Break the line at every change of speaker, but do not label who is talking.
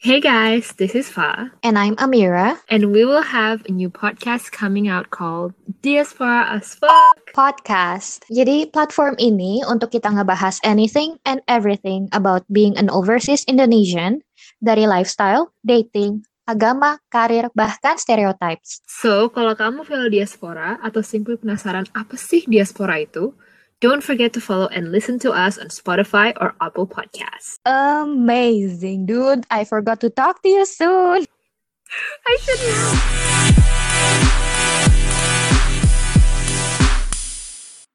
Hey guys, this is Fa,
And I'm Amira.
and we will have a new podcast coming out called Diaspora as Fuck.
Podcast. Jadi platform ini untuk kita ngebahas anything and everything about being an overseas Indonesian dari lifestyle, dating, agama, karir, bahkan stereotypes.
So, kalau kamu fellow diaspora atau simply penasaran apa sih diaspora itu, don't forget to follow and listen to us on Spotify or Apple Podcasts.
Amazing, dude. I forgot to talk to you soon.
I should know.